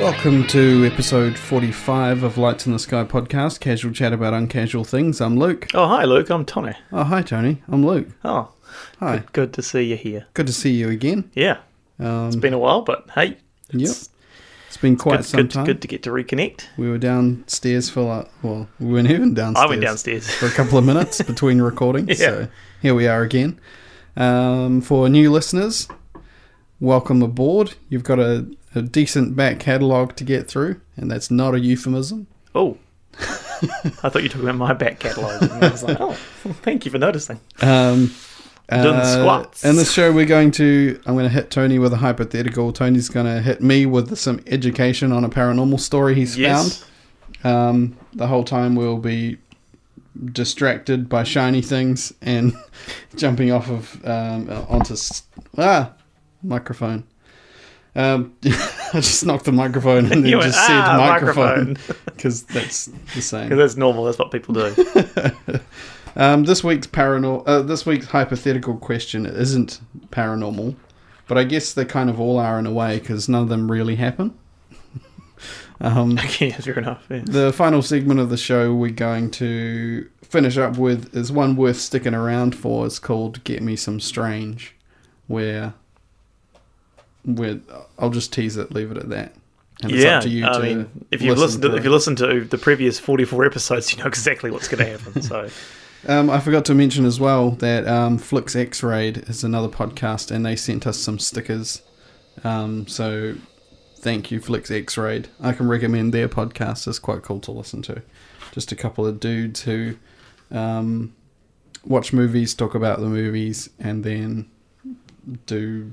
Welcome to episode 45 of Lights in the Sky podcast, casual chat about uncasual things. I'm Luke. Oh, hi, Luke. I'm Tony. Oh, hi, Tony. I'm Luke. Oh, Hi. good, good to see you here. Good to see you again. Yeah, Um, it's been a while, but hey, it's it's been quite good, some good, time. good to get to reconnect. We were downstairs for like, well, we weren't even downstairs. I went downstairs. for a couple of minutes between recording. Yeah. So here we are again. Um, for new listeners, welcome aboard. You've got a, a decent back catalogue to get through, and that's not a euphemism. oh, I thought you were talking about my back catalogue. And I was like, oh, thank you for noticing. Um, Doing uh, squats. In this show, we're going to. I'm going to hit Tony with a hypothetical. Tony's going to hit me with some education on a paranormal story he's Yes. found. Um, the whole time we'll be distracted by shiny things and jumping off of um, onto s- ah microphone. Um, I just knocked the microphone and then You went, just said "Ah, microphone microphone." because that's the same. 'Cause that's normal. That's what people do. Um, this week's paranormal, uh, this week's hypothetical question isn't paranormal, but I guess they kind of all are in a way because none of them really happen. um, yeah, fair enough. Yeah. the final segment of the show we're going to finish up with is one worth sticking around for. It's called "Get Me Some Strange," where, where I'll just tease it, leave it at that, and it's Yeah, up to you I to mean, if you listen to, to if it. you listen to the previous forty-four episodes, you know exactly what's going to happen. So, Um, I forgot to mention as well that um, Flix X Raid is another podcast, and they sent us some stickers. Um, so thank you, Flix X Raid. I can recommend their podcast; it's quite cool to listen to. Just a couple of dudes who um, watch movies, talk about the movies, and then do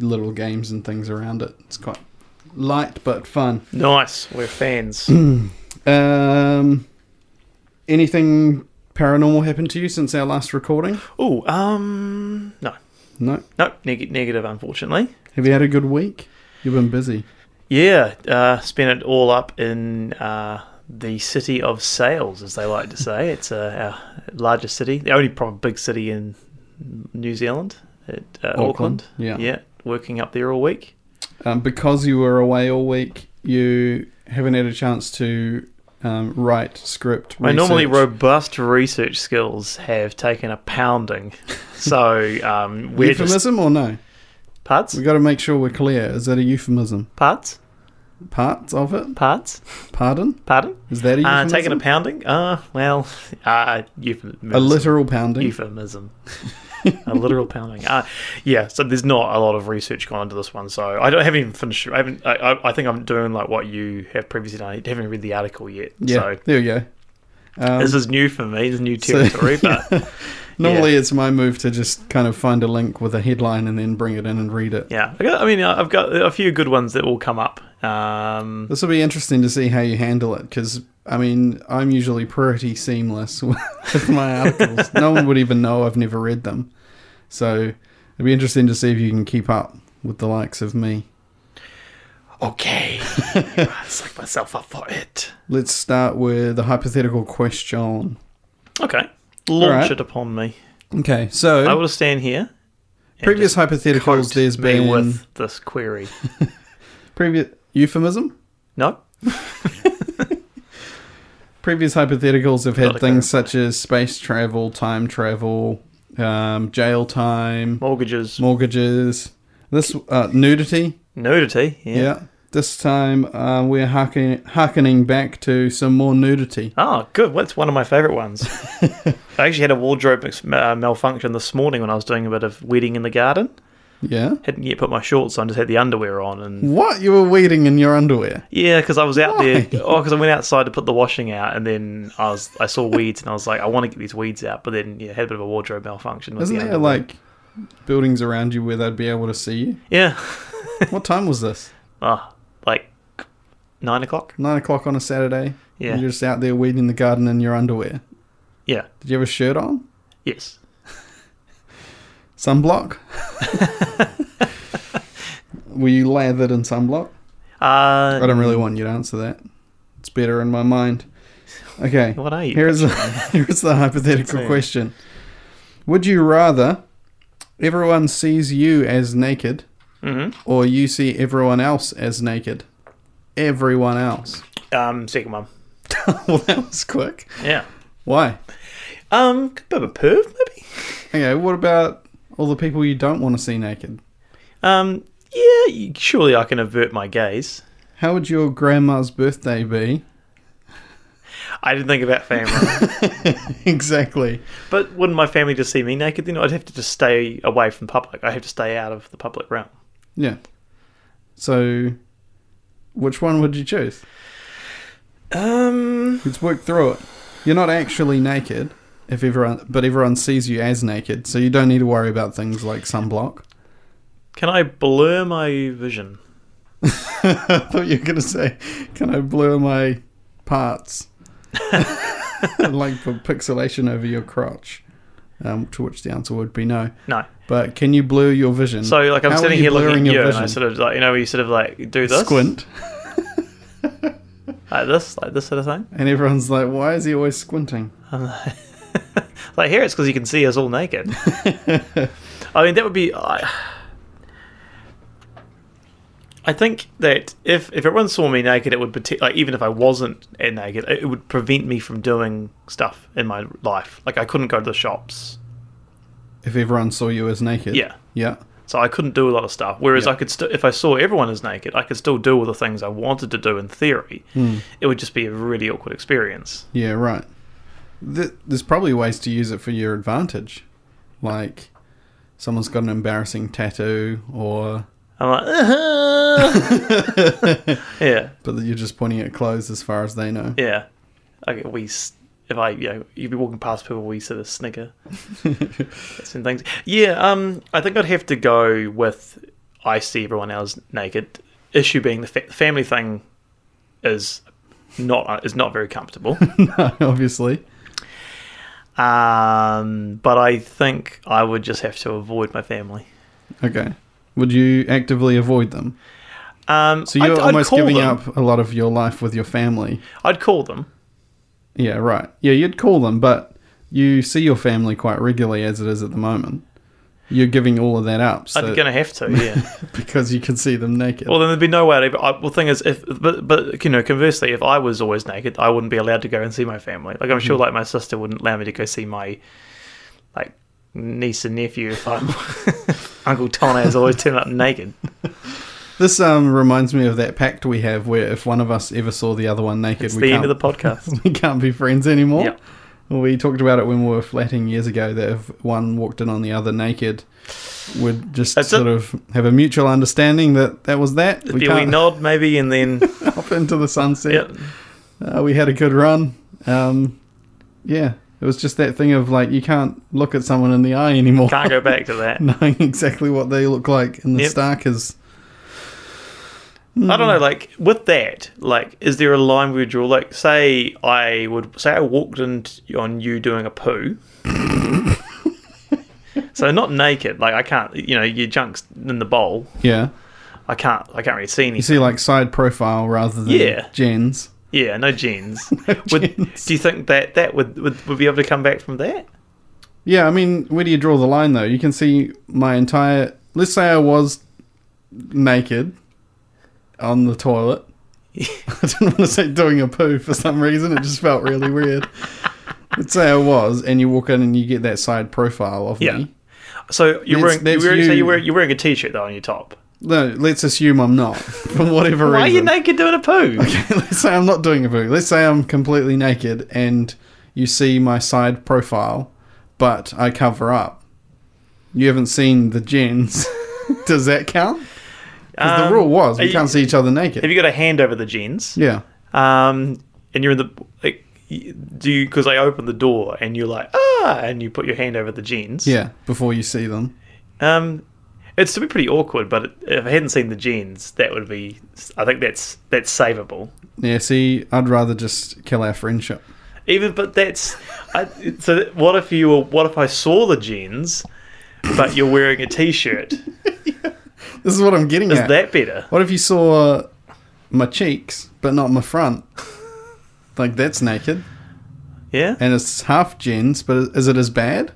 little games and things around it. It's quite light but fun. nice. We're fans. Um, anything paranormal happened to you since our last recording? oh, um, no, No. no, neg- negative. Unfortunately, Have you had a good week? You've been busy. Yeah, uh, spent it all up in uh, the city of sales, as they like to say. It's uh, our largest city, the only proper big city in New Zealand, at uh, Auckland. Auckland, yeah. yeah, working up there all week. Um, because you were away all week, you haven't had a chance to um, write script. My normally research. robust research skills have taken a pounding, so um, we're just euphemism or no? parts, We got to make sure we're clear. Is that a euphemism? parts, Parts of it? parts. Pardon? Pardon? Is that a Uh, euphemism? taking a pounding? Uh, well, uh, euphemism. a literal pounding. euphemism. a literal pounding. Uh, yeah, so there's not a lot of research gone into this one, so I don't haven't even finished. I haven't. I, I, I think I'm doing like what you have previously done. I haven't read the article yet, yeah. so there we go. Um, this is new for me. This is new so- territory, but Normally, it's my move to just kind of find a link with a headline and then bring it in and read it. yeah, I, got, I mean, I've got a few good ones that will come up. Um, This will be interesting to see how you handle it because, I mean, I'm usually pretty seamless with my articles. no one would even know I've never read them. So it'd be interesting to see if you can keep up with the likes of me. okay, I psych myself up for it. Let's start with a hypothetical question. Okay, launch right. it upon me. Okay, I so will stand here. and previous just hypotheticals, coat there's me been with this query. previous euphemism. No, Previous hypotheticals have had Gotta things such as space travel, time travel, um, jail time, mortgages, mortgages. This uh, nudity. nudity. yeah. Yeah. This time uh, we're harken- harkening back to some more nudity. Oh, good. Well, that's one of my favourite ones. I actually had a wardrobe ex- uh, malfunction this morning when I was doing a bit of weeding in the garden. Yeah. Hadn't yet put my shorts on, just had the underwear on. And What? You were weeding in your underwear? yeah, because I was out there. Why? Oh, because I went outside to put the washing out, and then I was I saw weeds, and I was like, I want to get these weeds out. But then yeah, had a bit of a wardrobe malfunction. With Isn't the there underwear. like buildings around you where they'd be able to see you? yeah, What time was this? oh, like nine o'clock? Nine o'clock on a Saturday. Yeah, You're just out there weeding the garden in your underwear. yeah, Did you have a shirt on? yes. Sunblock? were you lathered in sunblock? Uh, I don't really want you to answer that. It's better in my mind. Okay. What are you? Here's a, here's the hypothetical Same. question: Would you rather everyone sees you as naked, Mhm. or you see everyone else as naked? everyone else. Um, second one. well, that was quick. Yeah. Why? Um, bit of a perv, maybe. Okay, what about all the people you don't want to see naked? Um, yeah. you- Surely I can avert my gaze. How would your grandma's birthday be? I didn't think about family, exactly. but wouldn't my family just see me naked? Then I'd have to just stay away from public. I have to stay out of the public realm. Yeah. So, which one would you choose? Um, Let's work through it. You're not actually naked, if everyone, but everyone sees you as naked, so you don't need to worry about things like sunblock. can I blur my vision? I thought you were gonna say, "Can I blur my parts?" like put pixelation over your crotch, um, to which the answer would be no. No. But can you blur your vision? So like I'm How are sitting you here blurring looking at your you, and I vision? sort of like you know where you sort of like do this squint, like this like this sort of thing. and everyone's like, "Why is he always squinting?" Like here, it's because you can see us all naked. I mean, that would be. I I think that if if everyone saw me naked, it would prote- like even if I wasn't naked, it it would prevent me from doing stuff in my life. Like I couldn't go to the shops, If everyone saw you as naked, Yeah. yeah, so I couldn't do a lot of stuff. Whereas Yeah. I could still, if I saw everyone as naked, I could still do all the things I wanted to do in theory. It would just be a really awkward experience. yeah, right. Th- there's probably ways to use it for your advantage, like someone's got an embarrassing tattoo, or I'm like, "Uh-huh." yeah, but you're just pointing at clothes as far as they know. yeah. Like we, s- if I, you know, you'd be walking past people, we sort of snicker. That's in things. Yeah, um, I think I'd have to go with I see everyone else naked. Issue being the fa- family thing is not is not very comfortable. no, obviously. um, but I think I would just have to avoid my family. Okay. Would you actively avoid them? Um, So you're I'd, almost I'd call giving them. up a lot of your life with your family. I'd call them. Yeah, right. Yeah, you'd call them, but you see your family quite regularly as it is at the moment. You're giving all of that up so, I'd gonna have to. Yeah. because you can see them naked. Well, then there'd be no way. I'd ever, I, well, thing is, if but but you know, conversely, if I was always naked, I wouldn't be allowed to go and see my family. Like I'm sure, Mm-hmm. like my sister wouldn't allow me to go see my like niece and nephew if I'm Uncle Tony is always turned up naked. this um, reminds me of that pact we have where if one of us ever saw the other one naked, It's we, the can't, end of the podcast. we can't be friends anymore. Yep. We talked about it when we were flatting years ago that if one walked in on the other naked, we'd just That's sort it. of have a mutual understanding that that was that. It'd be a wee nod maybe, and then up into the sunset. yeah, Uh, we had a good run. Um, yeah, it was just that thing of like you can't look at someone in the eye anymore, can't go back to that. knowing exactly what they look like in the Yep. stark is. I don't know, like with that, like is there a line we would draw? Like, say I would say I walked in t- on you doing a poo. so not naked, like I can't, you know, your junk's in the bowl. Yeah, I can't, I can't really see you anything. see like side profile rather than Yeah. gens. Yeah, no jeans. would, jeans. Do you think that that would, would would be able to come back from that? Yeah, I mean, where do you draw the line though? You can see my entire. Let's say I was naked on the toilet. I didn't want to say doing a poo for some reason. It just felt really weird. Let's say I was, and you walk in and you get that side profile of Yeah. me. So That's- you're that's wearing, you're wearing, so you. you're wearing, you're wearing a t-shirt though on your top. No, let's assume I'm not for whatever Why are you reason. naked doing a poo? let's say I'm not doing a poo. Let's say I'm completely naked and you see my side profile, but I cover up. You haven't seen the gens. Does that count? 'Cause Um, the rule was are we you- can't see each other Have naked. you got a hand over the jeans? yeah. um, and you're in the like, y- do you because I open the door and you're like ah, and you put your hand over the jeans. Yeah. Before you see them. Um, it's to be pretty awkward, but if I hadn't seen the jeans, that would be. I think that's that's savable. Yeah, see, I'd rather just kill our friendship. Even but that's I, so. What if you were? What if I saw the jeans, but you're wearing a t-shirt? Is This is what I'm getting at. that better? what if you saw my cheeks, but not my front? like, that's naked. Yeah. And it's half gens, but is it as bad?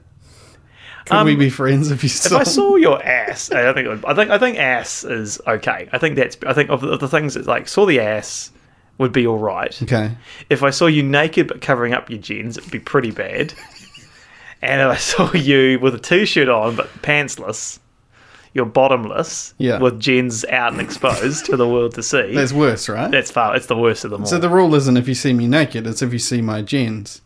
Could Um, we be friends if you saw? If I saw your ass, I don't think it would, I think I think ass is okay. I think that's I think of the, of the things that like saw the ass would be all right. Okay. If I saw you naked but covering up your jeans, it'd be pretty bad. and if I saw you with a t-shirt on but pantsless, you're bottomless, Yeah. with jeans out and exposed for the world to see. That's worse, right? that's far. It's the worst of them all. so the rule isn't if you see me naked, it's if you see my jeans.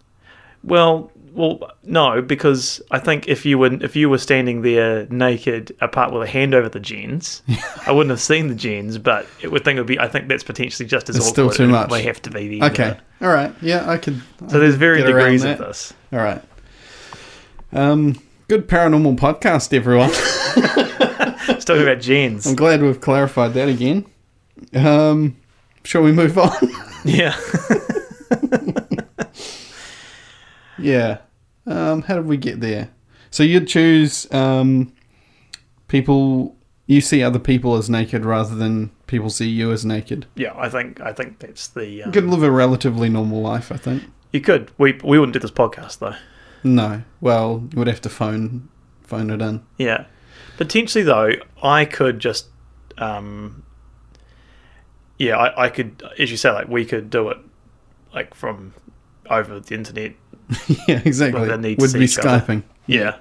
Well, well, no, because I think if you were if you were standing there naked, apart with a hand over the jeans, I wouldn't have seen the jeans. But it would think it would be. I think that's potentially just as It's still awkward. too and much. It may have to be the end of Okay. it. All right. Yeah, I could. So there's varying Get around degrees of that. this. All right. Um, good paranormal podcast, everyone. Let's talk about jeans. I'm glad we've clarified that again. Um, shall we move on? yeah. yeah. Um, how did we get there? So you'd choose um, people. You see other people as naked rather than people see you as naked. Yeah, I think I think that's the. Um, You could live a relatively normal life, I think. You could. We we wouldn't do this podcast though. No. Well, you would have to phone phone it in. Yeah. Potentially, though, I could just, um, yeah, I, I could, as you say, like we could do it, like from over the internet. yeah, exactly. Well, they need to Would see be each other. skyping Yeah,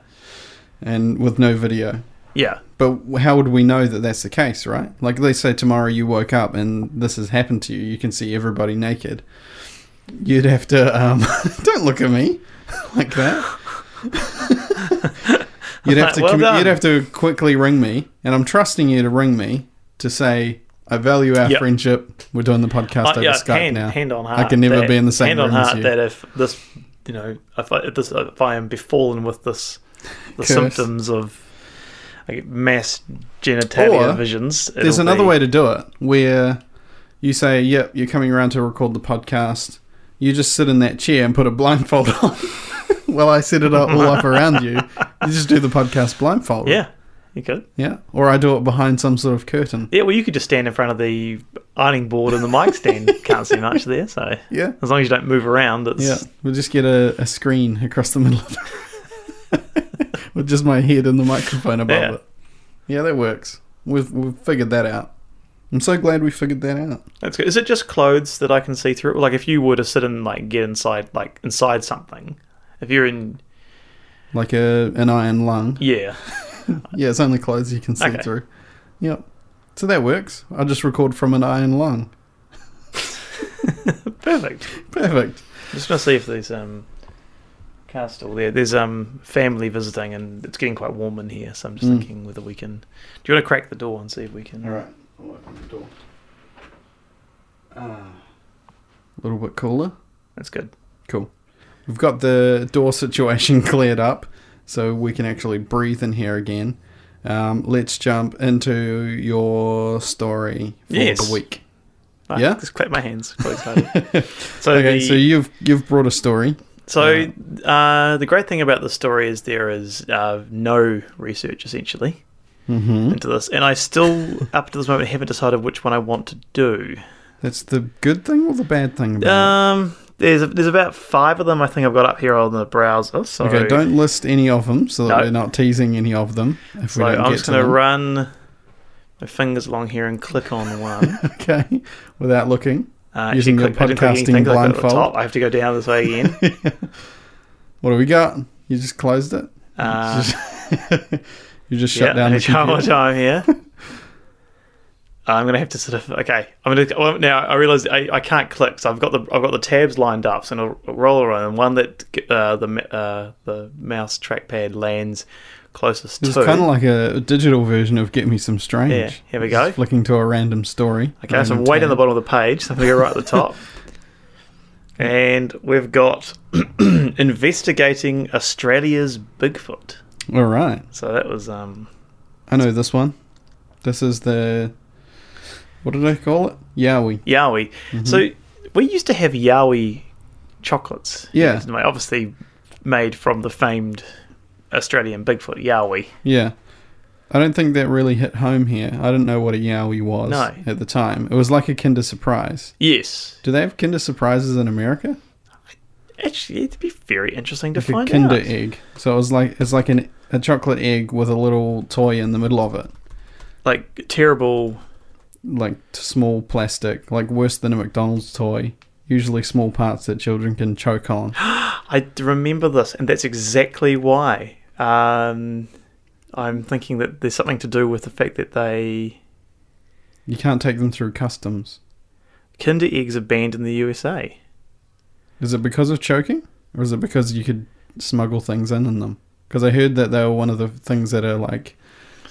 and with no video. yeah, But how would we know that that's the case, right? Like, let's say tomorrow you woke up and this has happened to you. You can see everybody naked. You'd have to. Um, don't look at me like that. you'd have to. Well done. you'd have to quickly ring me, and I'm trusting you to ring me to say I value our Yep. friendship. We're doing the podcast Uh, over yeah. Skype hand, now. hand on heart. I can never that- be in the same hand room on heart as you. that if this, you know, if I, if this, if I am befallen with this, the Curse. symptoms of like, mass genitalia Or visions. There's it'll another be- way to do it where you say, "Yep, you're coming around to record the podcast." You just sit in that chair and put a blindfold on. while I set it up all up around you. You just do the podcast blindfold. Yeah, you could. yeah. Or I do it behind some sort of curtain. Yeah, well, you could just stand in front of the ironing board and the mic stand. Can't see much there, so Yeah. as long as you don't move around, it's Yeah. We'll just get a, a screen across the middle of it. with just my head and the microphone above Yeah. it. Yeah, that works. We've we've figured that out. I'm so glad we figured that out. that's good. Is it just clothes that I can see through? Like, if you were to sit and like get inside, like inside something, if you're in, Like a an iron lung. yeah, Yeah, it's only clothes you can see Okay. through. Yep. So that works. I'll just record from an iron lung. perfect. Perfect. Just gonna see if there's um, cast still there. There's um, family visiting, and it's getting quite warm in here, so I'm just Mm. thinking whether we can. Do you want to crack the door and see if we can? All right, I'll open the door. Ah, a little bit cooler. That's good. Cool. We've got the door situation cleared up, so we can actually breathe in here again. Um, let's jump into your story for Yes. the week. Ah, Yeah? Just clap my hands. Quite excited. so okay, the- so you've you've brought a story. So uh, the great thing about the story is there is uh, no research essentially Mm-hmm. into this, and I still up to this moment haven't decided which one I want to do. That's the good thing or the bad thing about Um, there's there's about five of them I think I've got up here on the browser. So it. Okay, don't list any of them so that No. we're not teasing any of them. If So we don't I'm get just to gonna them. run my fingers along here and click on one. okay, without looking. Uh, Using actually your click- I didn't click podcasting anything 'cause I clicked at the blindfold. top. I have to go down this way again. What do we got? You just closed it. Uh, you just shut down I the need to have more computer. time here. I'm gonna have to sort of okay. I'm gonna well, now. I realize I, I can't click, so I've got the I've got the tabs lined up, so I'm gonna roll around. And one that uh, the m- uh, the mouse trackpad lands closest It's to. kind of like a digital version of Get Me Some Strange. Yeah, here we It's just go. flicking to a random story. okay, so random way down the tab. bottom of the page. So I'm gonna go right at the top, and we've got investigating Australia's Bigfoot. All right, So that was um I know this one. This is the what did I call it? Yowie. Yowie. So Mm-hmm. we used to have Yowie chocolates. Yeah. Used to make- Obviously made from the famed Australian Bigfoot Yowie. Yeah. I don't think that really hit home here. I didn't know what a Yowie was No. at the time. It was like a Kinder Surprise. Yes. Do they have Kinder Surprises in America? Actually, it'd be very interesting to like a find Kinder out. egg. So it was like it's like an a chocolate egg with a little toy in the middle of it, Like terrible. like t- small plastic, like worse than a McDonald's toy. Usually small parts that children can choke on. I d- remember this, and that's exactly why. Um, I'm thinking that there's something to do with the fact that they You can't take them through customs. Kinder eggs are banned in the USA. Is it because of choking, or is it because you could smuggle things in in them? Because I heard that they were one of the things that are like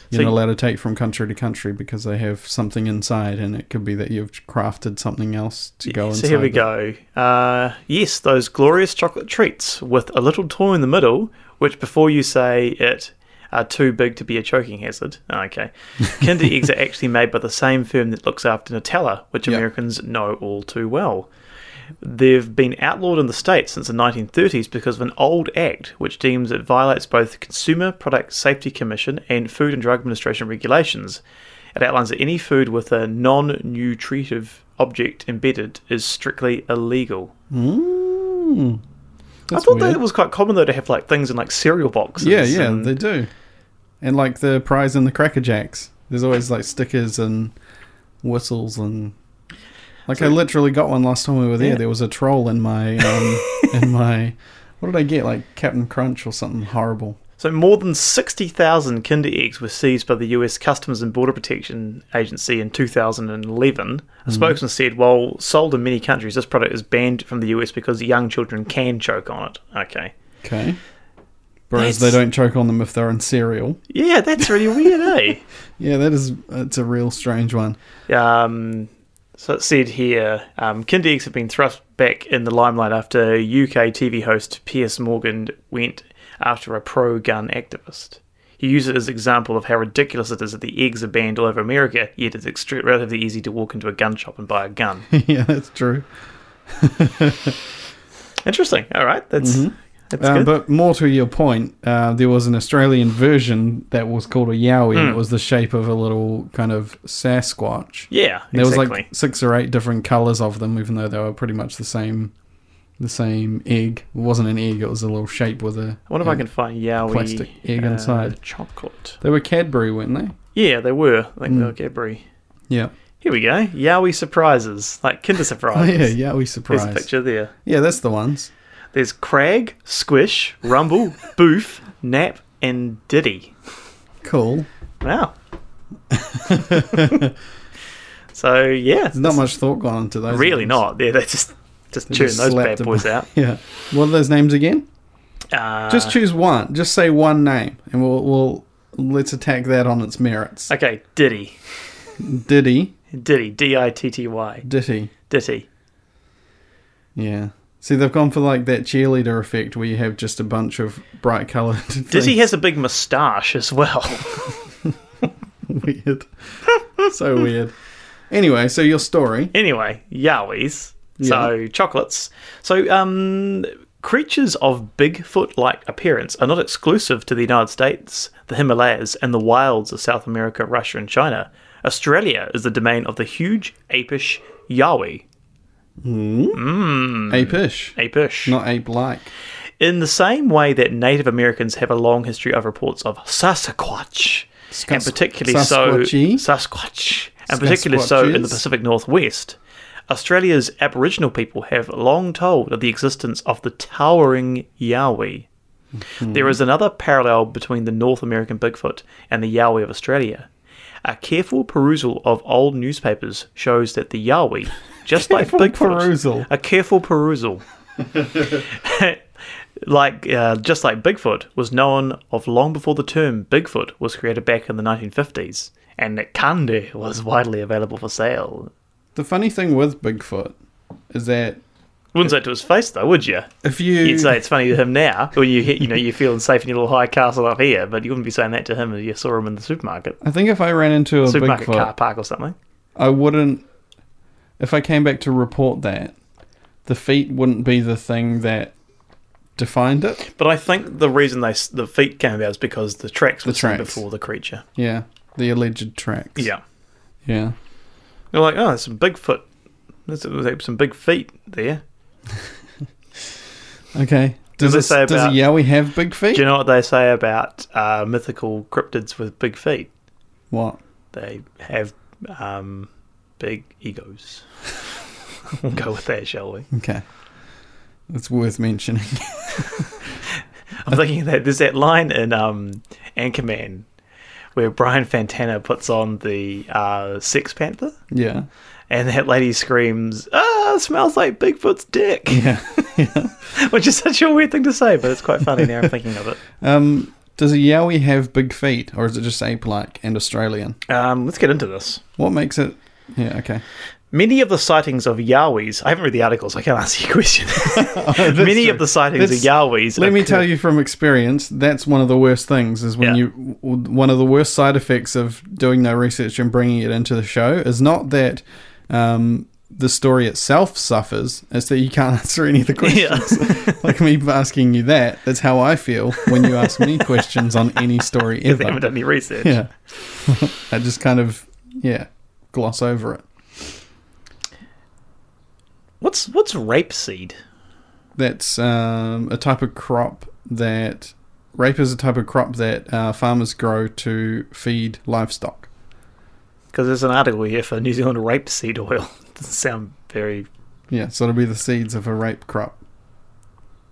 you're So not you- allowed to take from country to country because they have something inside, and it could be that you've crafted something else to go Yeah, inside. so here we it. go. Uh, yes, those glorious chocolate treats with a little toy in the middle, which before you say it are too big to be a choking hazard. Oh, okay. Kinder eggs are actually made by the same firm that looks after Nutella, which Yeah. Americans know all too well. They've been outlawed in the States since the 1930s because of an old act which deems it violates both the Consumer Product Safety Commission and Food and Drug Administration regulations. It outlines that any food with a non nutritive object embedded is strictly illegal. Mm. That's I thought weird. that it was quite common though to have like things in like cereal boxes. Yeah, yeah, and- they do. And like the prize in the Cracker Jacks, there's always like stickers and whistles and like I So- literally got one last time we were there. Yeah. There was a troll in my um, in my what did I get like Captain Crunch or something horrible. So more than 60,000 Kinder eggs were seized by the US Customs and Border Protection Agency in 2011. A spokesman said, while sold in many countries, this product is banned from the US because young children can choke on it. Okay. Okay. Whereas they That's- don't choke on them if they're in cereal. Yeah, that's really weird, eh? Yeah, that is it's a real strange one. Um, so it said here, um, Kinder eggs have been thrust back in the limelight after UK TV host Piers Morgan went after a pro-gun activist. He used it as an example of how ridiculous it is that the eggs are banned all over America, yet it's extre- relatively easy to walk into a gun shop and buy a gun. yeah, that's true. Interesting. All right, that's that's Uh, good. but more to your point, uh, there was an Australian version that was called a Yowie, Hmm. and it was the shape of a little kind of Sasquatch. yeah, There exactly. was like six or eight different colors of them, even though they were pretty much the same. The same egg. It wasn't an egg. It was a little shape with a. I wonder if I can find Yowie plastic egg uh, inside. chocolate. They were Cadbury, weren't they? Yeah, they were. I Mm. think they were Cadbury. Yeah. Here we go. Yowie surprises, like Kinder Oh surprises. yeah, yeah. We There's a surprised. picture there. Yeah, that's the ones. There's Crag, Squish, Rumble, Boof, Nap, and Diddy. Cool. Wow. so yeah, There's not much thought gone into those. really names. not. Yeah, they just just They churn just those slapped bad them. boys out. Yeah. What are those names again? Uh, Just choose one. Just say one name, and we'll we'll let's attack that on its merits. okay, Diddy, Diddy, Diddy, D I T T Y, Ditty. Ditty. Yeah. See, they've gone for like that cheerleader effect where you have just a bunch of bright coloured. Ditty has a big moustache as well. weird. so weird. Anyway, so your story. anyway, Yowies. So chocolates. So um creatures of Bigfoot like appearance are not exclusive to the United States, the Himalayas, and the wilds of South America, Russia, and China. Australia is the domain of the huge apish Yowie. Mm. Apish. Apish. Not ape like. In the same way that Native Americans have a long history of reports of Sasquatch, and particularly Sasquatchy? so Sasquatch, and particularly so in the Sasquatches? Pacific Northwest, Australia's Aboriginal people have long told of the existence of the towering Yowie. There Hmm. is another parallel between the North American Bigfoot and the Yowie of Australia. A careful perusal of old newspapers shows that the Yowie, just like Careful Bigfoot, perusal. a careful perusal, like uh, just like Bigfoot, was known of long before the term Bigfoot was created back in the 1950s, and that candy was widely available for sale. The funny thing with Bigfoot is that Wouldn't say it to his face though, would you? if you You'd say it's funny to him now when you hit, you know you're feeling safe in your little high castle up here, but you wouldn't be saying that to him if you saw him in the supermarket, I think if I ran into a supermarket Bigfoot, car park or something. I wouldn't if I came back to report that, the feet wouldn't be the thing that defined it. But I think the reason they s- the feet came about is because the tracks were seen tracks. before the creature. Yeah. The alleged tracks. Yeah. Yeah. They're like, oh, there's some Bigfoot. There's, there's some big feet there. Okay. Does, they it, say does a about- Yowie have big feet? Do you know what they say about uh, mythical cryptids with big feet? what? They have um, big egos. we'll go with that, shall we? Okay. It's worth mentioning. I'm thinking that there's that line in um, Anchorman where Brian Fantana puts on the uh, Sex Panther, yeah. and that lady screams, "Ah, smells like Bigfoot's dick," Yeah. yeah. which is such a weird thing to say, but it's quite funny now. I'm thinking of it. Um, does a Yowie have big feet, or is it just ape-like and Australian? Um, let's get into this. What makes it? Yeah, okay. Many of the sightings of Yahwehs, I haven't read the articles, I can't answer your question. Many of the sightings That's- of Yahwehs. Let me tell you from experience, that's one of the worst things. Is when Yeah. you w- w- one of the worst side effects of doing no research and bringing it into the show is not that um, the story itself suffers, it's that you can't answer any of the questions. like me asking you that, that's how I feel when you ask me questions on any story They haven't ever. done any research. Yeah, I just kind of yeah gloss over it. What's what's rapeseed? that's um, a type of crop that rape is a type of crop that uh, farmers grow to feed livestock. Because there's an article here for New Zealand rapeseed oil. Doesn't sound very. Yeah, so it'll be the seeds of a rape crop.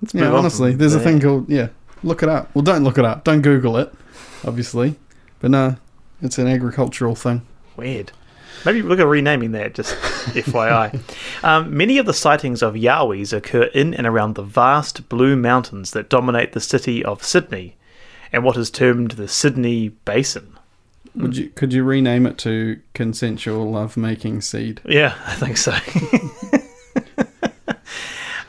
Let's Yeah, move on honestly, from there's a there. thing called yeah. Look it up. Well, don't look it up. Don't Google it, obviously. But no, it's an agricultural thing. Weird. Maybe look at renaming that, just FYI. Um, many of the sightings of Yowies occur in and around the vast blue mountains that dominate the city of Sydney and what is termed the Sydney Basin. Would Hmm. you could you rename it to consensual love making seed? Yeah, I think so.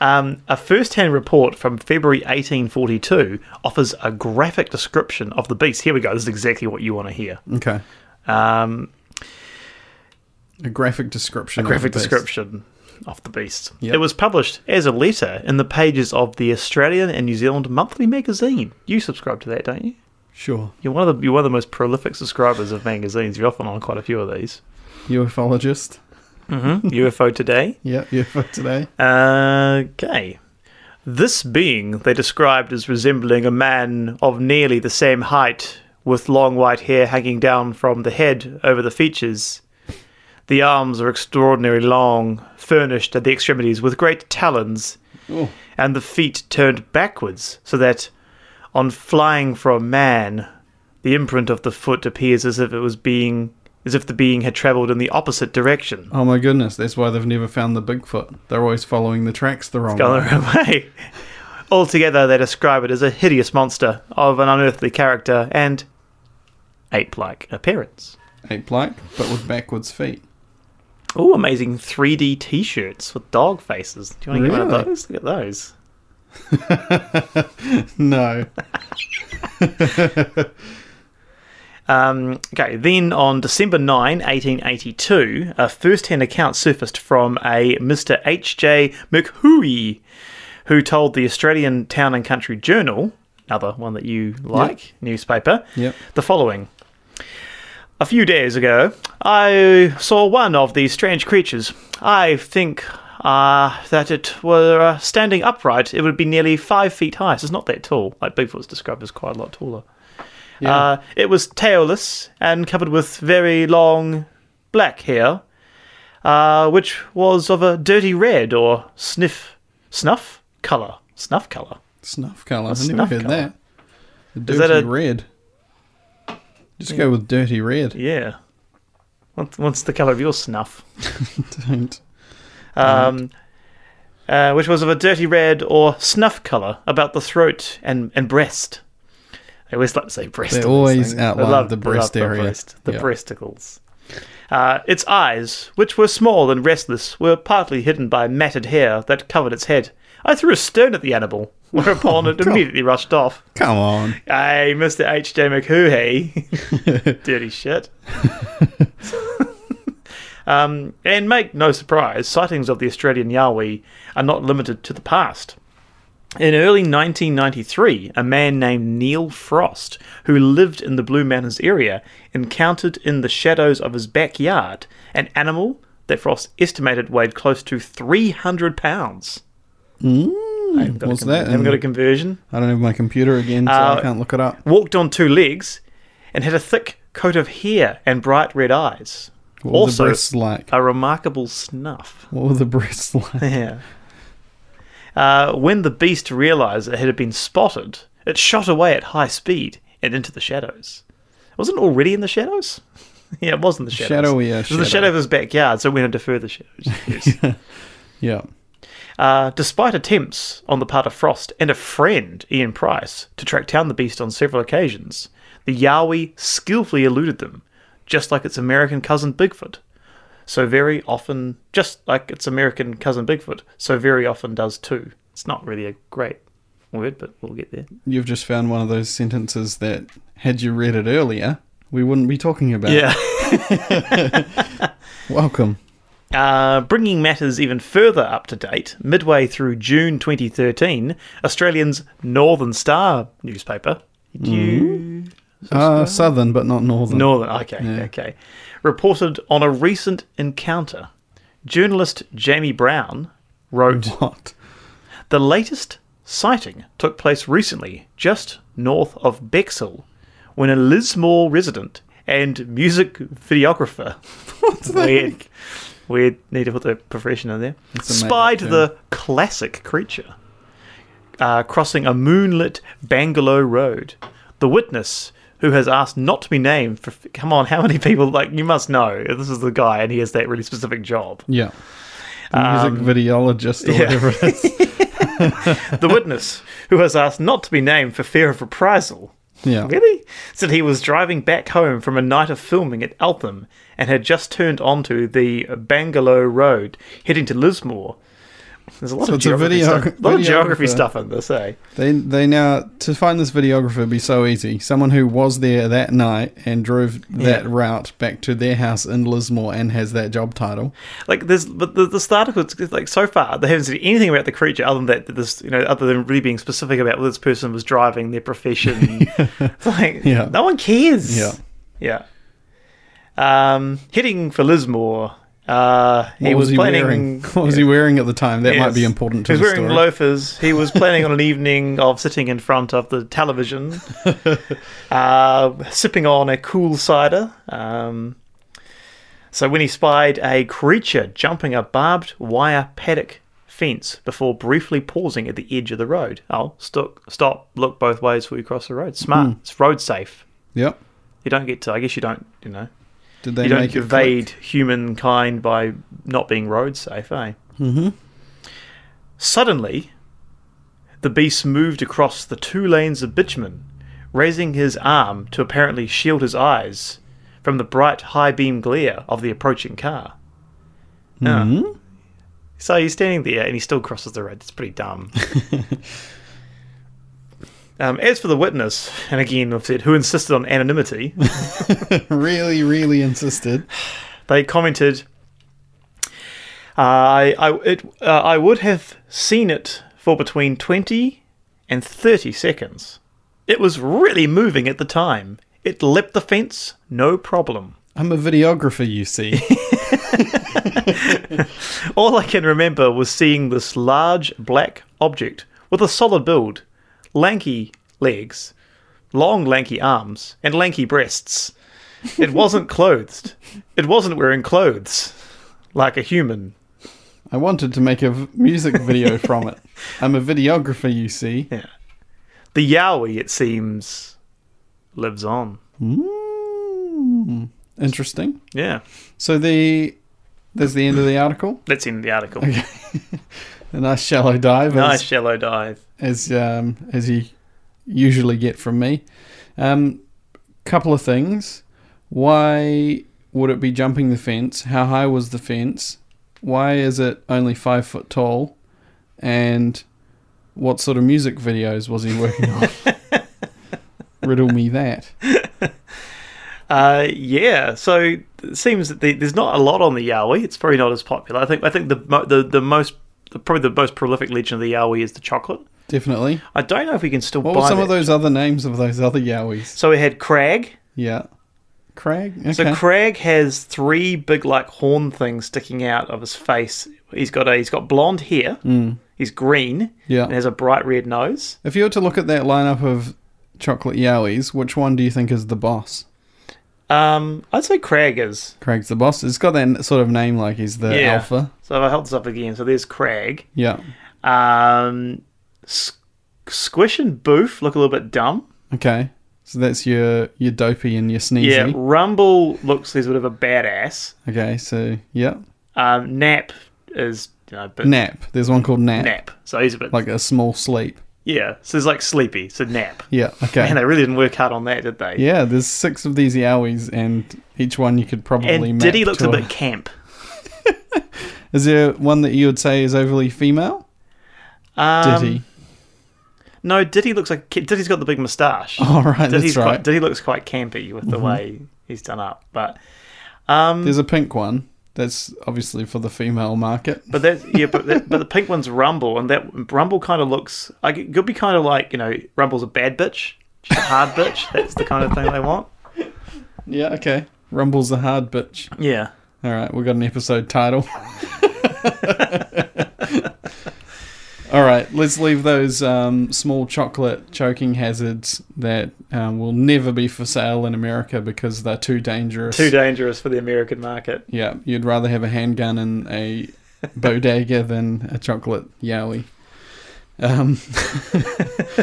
um, a first hand report from February 1842 offers a graphic description of the beast. Here we go. This is exactly what you want to hear. Okay, Um, a graphic description. a of graphic the beast. description of the beast. Yep. It was published as a letter in the pages of the Australian and New Zealand Monthly Magazine. You subscribe to that, don't you? Sure, You're one of the you're one of the most prolific subscribers of magazines. You're often on quite a few of these. ufologist. hmm UFO Today, Yeah, UFO today. Okay. This being they described as resembling a man of nearly the same height, with long white hair hanging down from the head over the features. The arms are extraordinarily long, furnished at the extremities with great talons, Oh, and the feet turned backwards, so that, on flying from man, the imprint of the foot appears as if it was being as if the being had travelled in the opposite direction. Oh my goodness, that's why they've never found the Bigfoot. They're always following the tracks the wrong gone way. the wrong way. Altogether, they describe it as a hideous monster of an unearthly character and ape like appearance. Ape like, but with backwards feet. Oh, amazing 3D t shirts with dog faces. Do you want to get one Really? of those? Look at those. No. Um, okay, then on December 9, 1882, a first hand account surfaced from a Mr. H.J. McHooey, who told the Australian Town and Country Journal, another one that you like, newspaper, Yep. the following. A few days ago, I saw one of these strange creatures. I think uh, that it were uh, standing upright. It would be nearly five feet high. So it's not that tall. Like Bigfoot's described as quite a lot taller. Yeah. Uh, it was tailless and covered with very long black hair, uh, which was of a dirty red or sniff snuff color. Snuff color. snuff colour. I've never snuff heard colour. that. The dirty Is that a- red. Just go with dirty red. Yeah. What's what's the color of your snuff? Don't. Mm-hmm. um, uh, which was of a dirty red or snuff colour about the throat and, and breast. I always like to say breast. They on these always things. outline I love- the I love breast area. The, breast, the Yeah. breasticles. Uh, its eyes, which were small and restless, were partly hidden by matted hair that covered its head. I threw a stone at the animal, whereupon Oh, it immediately rushed off. Come on. Hey, Mr. H.J. McHoohey. Dirty shit. um, and make no surprise, sightings of the Australian Yowie are not limited to the past. In early 1993, a man named Neil Frost, who lived in the Blue Mountains area, encountered in the shadows of his backyard an animal that Frost estimated weighed close to 300 pounds. I haven't got Mm, what's a con- that? haven't got a conversion. I don't have my computer again, so I Uh, can't look it up. Walked on two legs, and had a thick coat of hair and bright red eyes. What also, were the breasts like? a remarkable snuff. What were the breasts like? Yeah. Uh, when the beast realized it had been spotted, it shot away at high speed and into the shadows. Wasn't it already in the shadows? yeah, it was in the shadows. Shadowy, uh, It was the shadow. shadow of his backyard, so it went into further shadows. Yes. yeah. Uh, despite attempts on the part of Frost and a friend, Ian Price, to track down the beast on several occasions, the Yowie skillfully eluded them, just like its American cousin Bigfoot. So very often, just like its American cousin Bigfoot, so very often does too. It's not really a great word, but we'll get there. You've just found one of those sentences that, had you read it earlier, we wouldn't be talking about. Yeah. Welcome. Uh, bringing matters even further up to date, midway through June 2013, Australian's Northern Star newspaper. Do you Uh, southern, but not northern. Northern, okay, okay. Reported on a recent encounter. Journalist Jamie Brown wrote What? The latest sighting took place recently, just north of Bexhill, when a Lismore resident and music videographer. weird. Weird. Need to put the profession in there. a made-up Spied term. the classic creature uh, crossing a moonlit Bangalore road. The witness, who has asked not to be named, for come on, how many people like you must know? This is the guy, and he has that really specific job. Yeah. The music videologist or Um, yeah. whatever it is. The witness, who has asked not to be named for fear of reprisal. Yeah. Really? Said he was driving back home from a night of filming at Eltham and had just turned onto the Bangalore Road heading to Lismore. There's a lot So of it's a geography, video- stuff. A lot of geography videographer. stuff in this, eh? They they now to find this videographer would be so easy. Someone who was there that night and drove that route back to their house in Lismore and has that job title. Like there's but the this article it's- it's like so far they haven't said anything about the creature other than that that this you know, other than really being specific about whether this person was driving, their profession. it's like Yeah. no one cares. Yeah. Yeah. Um heading for Lismore. Uh What he was, he planning wearing? What was he wearing at the time? That might be Yes. important to He was the wearing story. loafers. He was planning on an evening of sitting in front of the television, uh, sipping on a cool cider. Um, so when he spied a creature jumping a barbed wire paddock fence before briefly pausing at the edge of the road. Oh, stop! Stop! Look both ways before you cross the road. Smart. Hmm. It's road safe. yep. You don't get to. I guess you don't. You know. Did they you make don't it click? evade humankind by not being road safe, eh? Mm-hmm. Suddenly, the beast moved across the two lanes of bitumen, raising his arm to apparently shield his eyes from the bright high beam glare of the approaching car. Yeah. Mm-hmm. So he's standing there and he still crosses the road. That's pretty dumb. um, as for the witness, and again, I've said who insisted on anonymity. really, really insisted. they commented, "Uh, "I I it uh, I would have seen it for between twenty and thirty seconds. It was really moving at the time. It leapt the fence, no problem. I'm a videographer, you see. All I can remember was seeing this large black object with a solid build, lanky legs, long lanky arms, and lanky breasts. It wasn't clothed. It wasn't wearing clothes, like a human." I wanted to make a v- music video from it. I'm a videographer, you see. Yeah. The Yowie, it seems, lives on. Mm. Interesting. Yeah. So the there's the end of the article. That's in the article. A nice shallow dive. Nice as- shallow dive. as um, as you usually get from me. Um, couple of things. Why would it be jumping the fence? How high was the fence? Why is it only five foot tall? And what sort of music videos was he working on? Riddle me that. Uh, yeah. So it seems that the, there's not a lot on the Yowie. It's probably not as popular. I think. I think the mo- the the most the, probably the most prolific legend of the Yowie is the chocolate. Definitely. I don't know if we can still What buy were some that. of those other names of those other yowies? So we had Crag. Yeah. Craig? Okay. So Crag has three big like horn things sticking out of his face. He's got a he's got blonde hair. He's green and Yeah. has a bright red nose. If you were to look at that lineup of chocolate yowies, which one do you think is the boss? Um, I'd say Crag is. Craig's the boss. It's got that n- sort of name like he's the Yeah. alpha. So if I held this up again, so there's Crag. Yeah. Um, S- Squish and Boof look a little bit dumb. Okay. So that's your your dopey and your sneezy. Yeah, Rumble looks he's a bit of a badass. Okay. So yeah. Um, Nap is you know, but Nap. There's one called Nap. Nap, so he's a bit Like a small sleep. yeah. So he's like sleepy. So Nap, Yeah. Okay. and they really didn't work hard on that, did they? yeah. There's six of these yowies, and each one you could probably. And map Diddy looks to a bit camp. Is there one that you would say is overly female? Um, Diddy. No, Diddy looks like Diddy's got the big moustache. All right, Diddy's that's right. Mm-hmm. quite, Diddy looks quite campy with the way he's done up, but um, There's a pink one. That's obviously for the female market. But that yeah, but that, but the pink one's Rumble, and that Rumble kind of looks like it could be kind of like you know Rumble's a bad bitch, she's a hard bitch. That's the kind of thing they want. Yeah. Okay. Rumble's a hard bitch. Yeah, All right, we've got an episode title. All right, let's leave those um, small chocolate choking hazards that um, will never be for sale in America because they're too dangerous. too dangerous for the American market. yeah, you'd rather have a handgun in a bodega than a chocolate yowie. Um,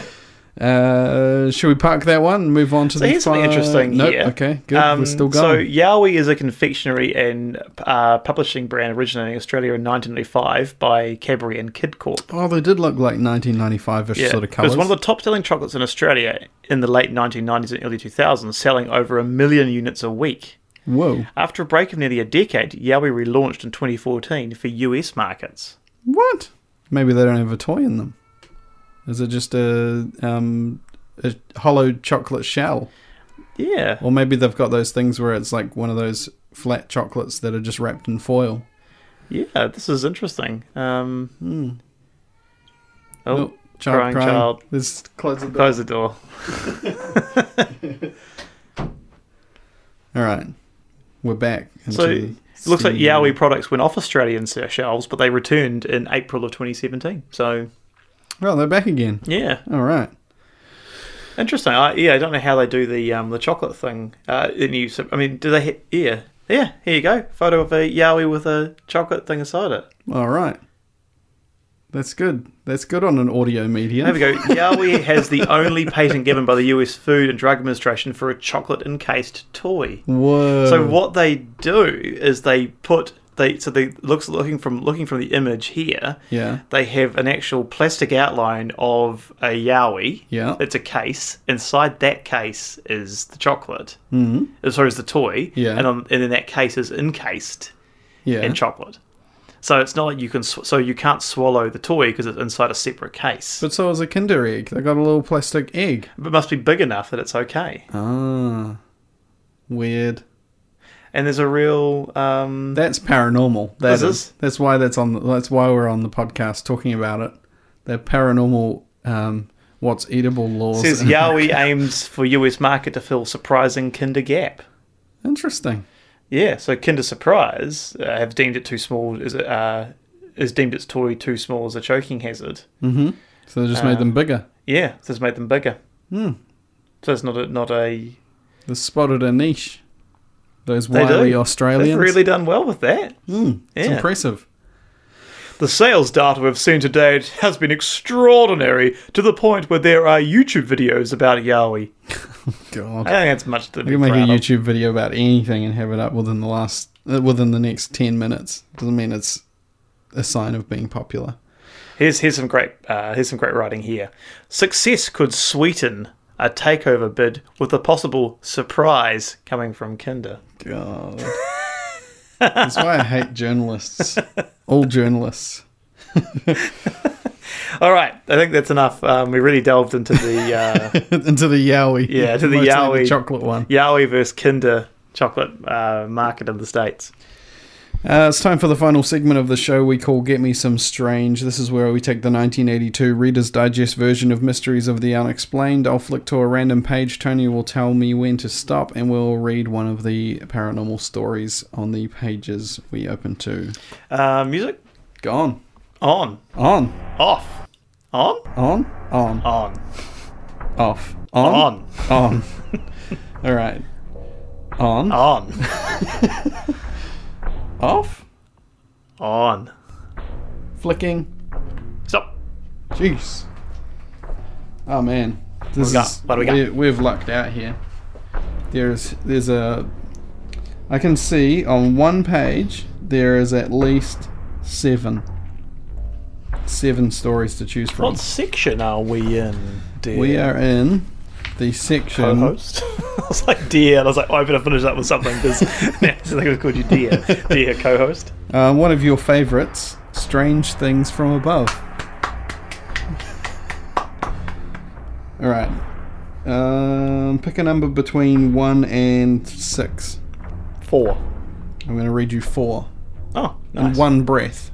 uh, should we park that one and move on to So the here's something fi- interesting Nope, here. Okay, good. We're still So going. Yowie is a confectionery and uh, publishing brand originating in Australia in 1985 by Cadbury and Kid Corp. oh, they did look like 1995-ish sort of it was colours. one of the top selling chocolates in Australia in the late 1990s and early 2000s, selling over a million units a week. Whoa. After a break of nearly a decade, Yowie relaunched in 2014 for US markets. What? Maybe they don't have a toy in them. Is it just a um a hollow chocolate shell? Yeah. Or maybe they've got those things where it's like one of those flat chocolates that are just wrapped in foil. Yeah, this is interesting. Um, Oh, child crying child. Let's close the door. close the door. All right, we're back. So into it looks like the- Yowie products went off Australian shelves, but they returned in April of 2017. So, Oh, they're back again. yeah, All right. interesting. I, yeah, I don't know how they do the um, the chocolate thing. Uh, and you, I mean, do they? hit- Yeah, yeah. Here you go. Photo of a Yowie with a chocolate thing inside it. All right. That's good. That's good on an audio medium. There we go. Yowie has the only patent given by the US Food and Drug Administration for a chocolate encased toy. Whoa. So what they do is they put they so they looks looking from looking from the image here. Yeah. They have an actual plastic outline of a Yowie. Yeah. It's a case. Inside that case is the chocolate. Mm. Sorry, is the toy. Mm-hmm. Yeah. And on, and then that case is encased Yeah. in chocolate. So it's not like you can sw- so you can't swallow the toy because it's inside a separate case. but so is a Kinder egg. They got a little plastic egg. But it must be big enough that it's okay. Ah, weird. And there's a real um, That's paranormal. That This is. is? That's why that's on. The, that's why we're on the podcast talking about it. The paranormal, um, what's eatable laws. says Yowie aims for US market to fill surprising Kinder gap. Interesting. Yeah, so Kinder Surprise uh, have deemed it too small. Is uh, is deemed its toy too small as a choking hazard. Mm-hmm. So they just made Uh. them bigger. Yeah, so it's made them bigger. Hmm. So it's not a not a. They spotted a niche. Those They wily do. They've Australians. really done well with that. Mm, It's Yeah. impressive. The sales data we've seen to date has been extraordinary to the point where there are YouTube videos about Yowie. God, I think that's much to you be can make a proud of. YouTube video about anything and have it up within the last uh, within the next ten minutes. Doesn't mean it's a sign of being popular. Here's here's some great uh, here's some great writing here. Success could sweeten a takeover bid with a possible surprise coming from Kinder. God. That's why I hate journalists. All journalists. All right, I think that's enough. Um, we really delved into the uh, Into the Yowie. Yeah, to the Mostly Yowie. chocolate one. Yowie versus Kinder chocolate uh, market in the states. Uh, it's time for the final segment of the show we call Get Me Some Strange. This is where we take the 1982 Reader's Digest version of Mysteries of the Unexplained. I'll flick to a random page. Tony will tell me when to stop, and we'll read one of the paranormal stories on the pages we open to. Uh, music. Gone. On. On, Off. On. on, on, On. off, on, On. on. All right. On, Um, On. off, on. flicking. Stop. Jeez. Oh man, this we got? is- What do we got? We're, we've lucked out here. There's there's a. I can see on one page there is at least seven. Seven stories to choose from. What section are we in, dear? we are in the section. co-host. I was like, dear. And I was like, oh, I better finish that with something because yeah, so they called you dear, dear co-host. Uh, one of your favorites, Strange Things from Above. All right. Um, pick a number between 1 and 6. Four. I'm going to read you four Oh, in nice. one breath.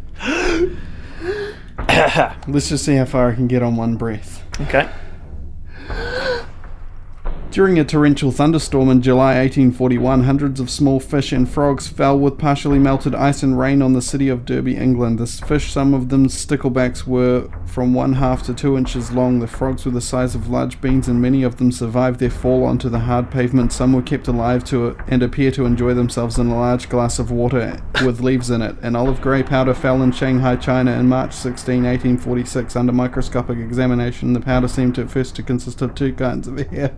Let's just see how far I can get on one breath. okay. During a torrential thunderstorm in July 1841, hundreds of small fish and frogs fell with partially melted ice and rain on the city of Derby, England. The fish, some of them sticklebacks, were from one half to two inches long. The frogs were the size of large beans, and many of them survived their fall onto the hard pavement. Some were kept alive to and appear to enjoy themselves in a large glass of water with leaves in it. An olive grey powder fell in Shanghai, China, in March 16, 1846. Under microscopic examination, the powder seemed at first to consist of two kinds of air.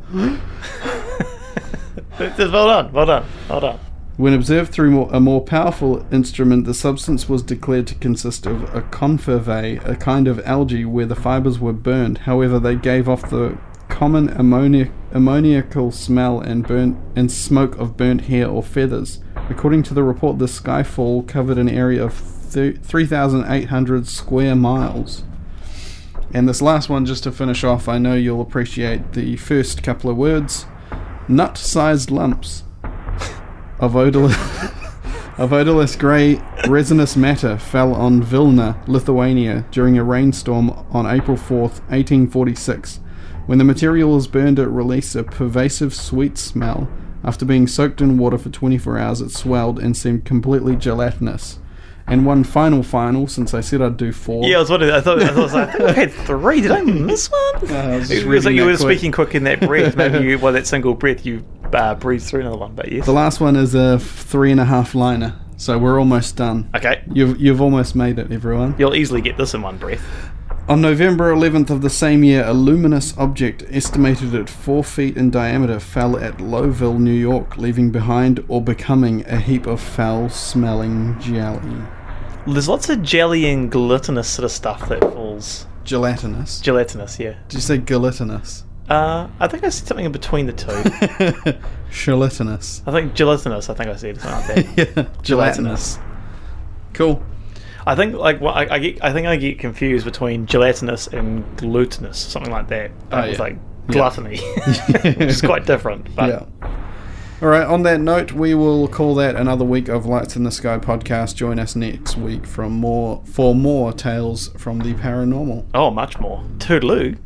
Well done. Well done. Well done. When observed through more, a more powerful instrument, the substance was declared to consist of a confervae, a kind of algae where the fibers were burned. However, they gave off the common ammoniac, ammoniacal smell and burnt and smoke of burnt hair or feathers. According to the report, the skyfall covered an area of thir- 3,800 square miles. And this last one, just to finish off, I know you'll appreciate the first couple of words: nut-sized lumps of odorless, of odorless grey resinous matter fell on Vilna, Lithuania, during a rainstorm on April 4th, 1846. When the material was burned, it released a pervasive sweet smell. After being soaked in water for 24 hours, it swelled and seemed completely gelatinous. And one final, final, since I said I'd do four. Yeah, I was wondering. I thought I, thought, I was like, I think I've had three. Did I miss one? No, Uh, I was just it was like reading you that were quick. speaking quick in that breath. Maybe you, well, that single breath, you uh, breathed through another one. But yes. The last one is a three and a half liner, so we're almost done. Okay. You've, you've almost made it, everyone. You'll easily get this in one breath. On November 11th of the same year, a luminous object estimated at 4 feet in diameter fell at Lowville, New York, leaving behind or becoming a heap of foul smelling jelly. There's lots of jelly and glutinous sort of stuff that falls Gelatinous. gelatinous. Yeah. Did you say gelatinous? Uh, I think I said something in between the two. Gelatinous. I think gelatinous. I think I said something like that. yeah, gelatinous. Cool. I think like what I, I get. I think I get confused between gelatinous and glutinous, something like that. Oh, With, yeah. like gluttony, which is quite different. But Yeah. All right, on that note, we will call that another week of Lights in the Sky podcast. Join us next week from more for more tales from the paranormal. oh, much more. Toodaloo.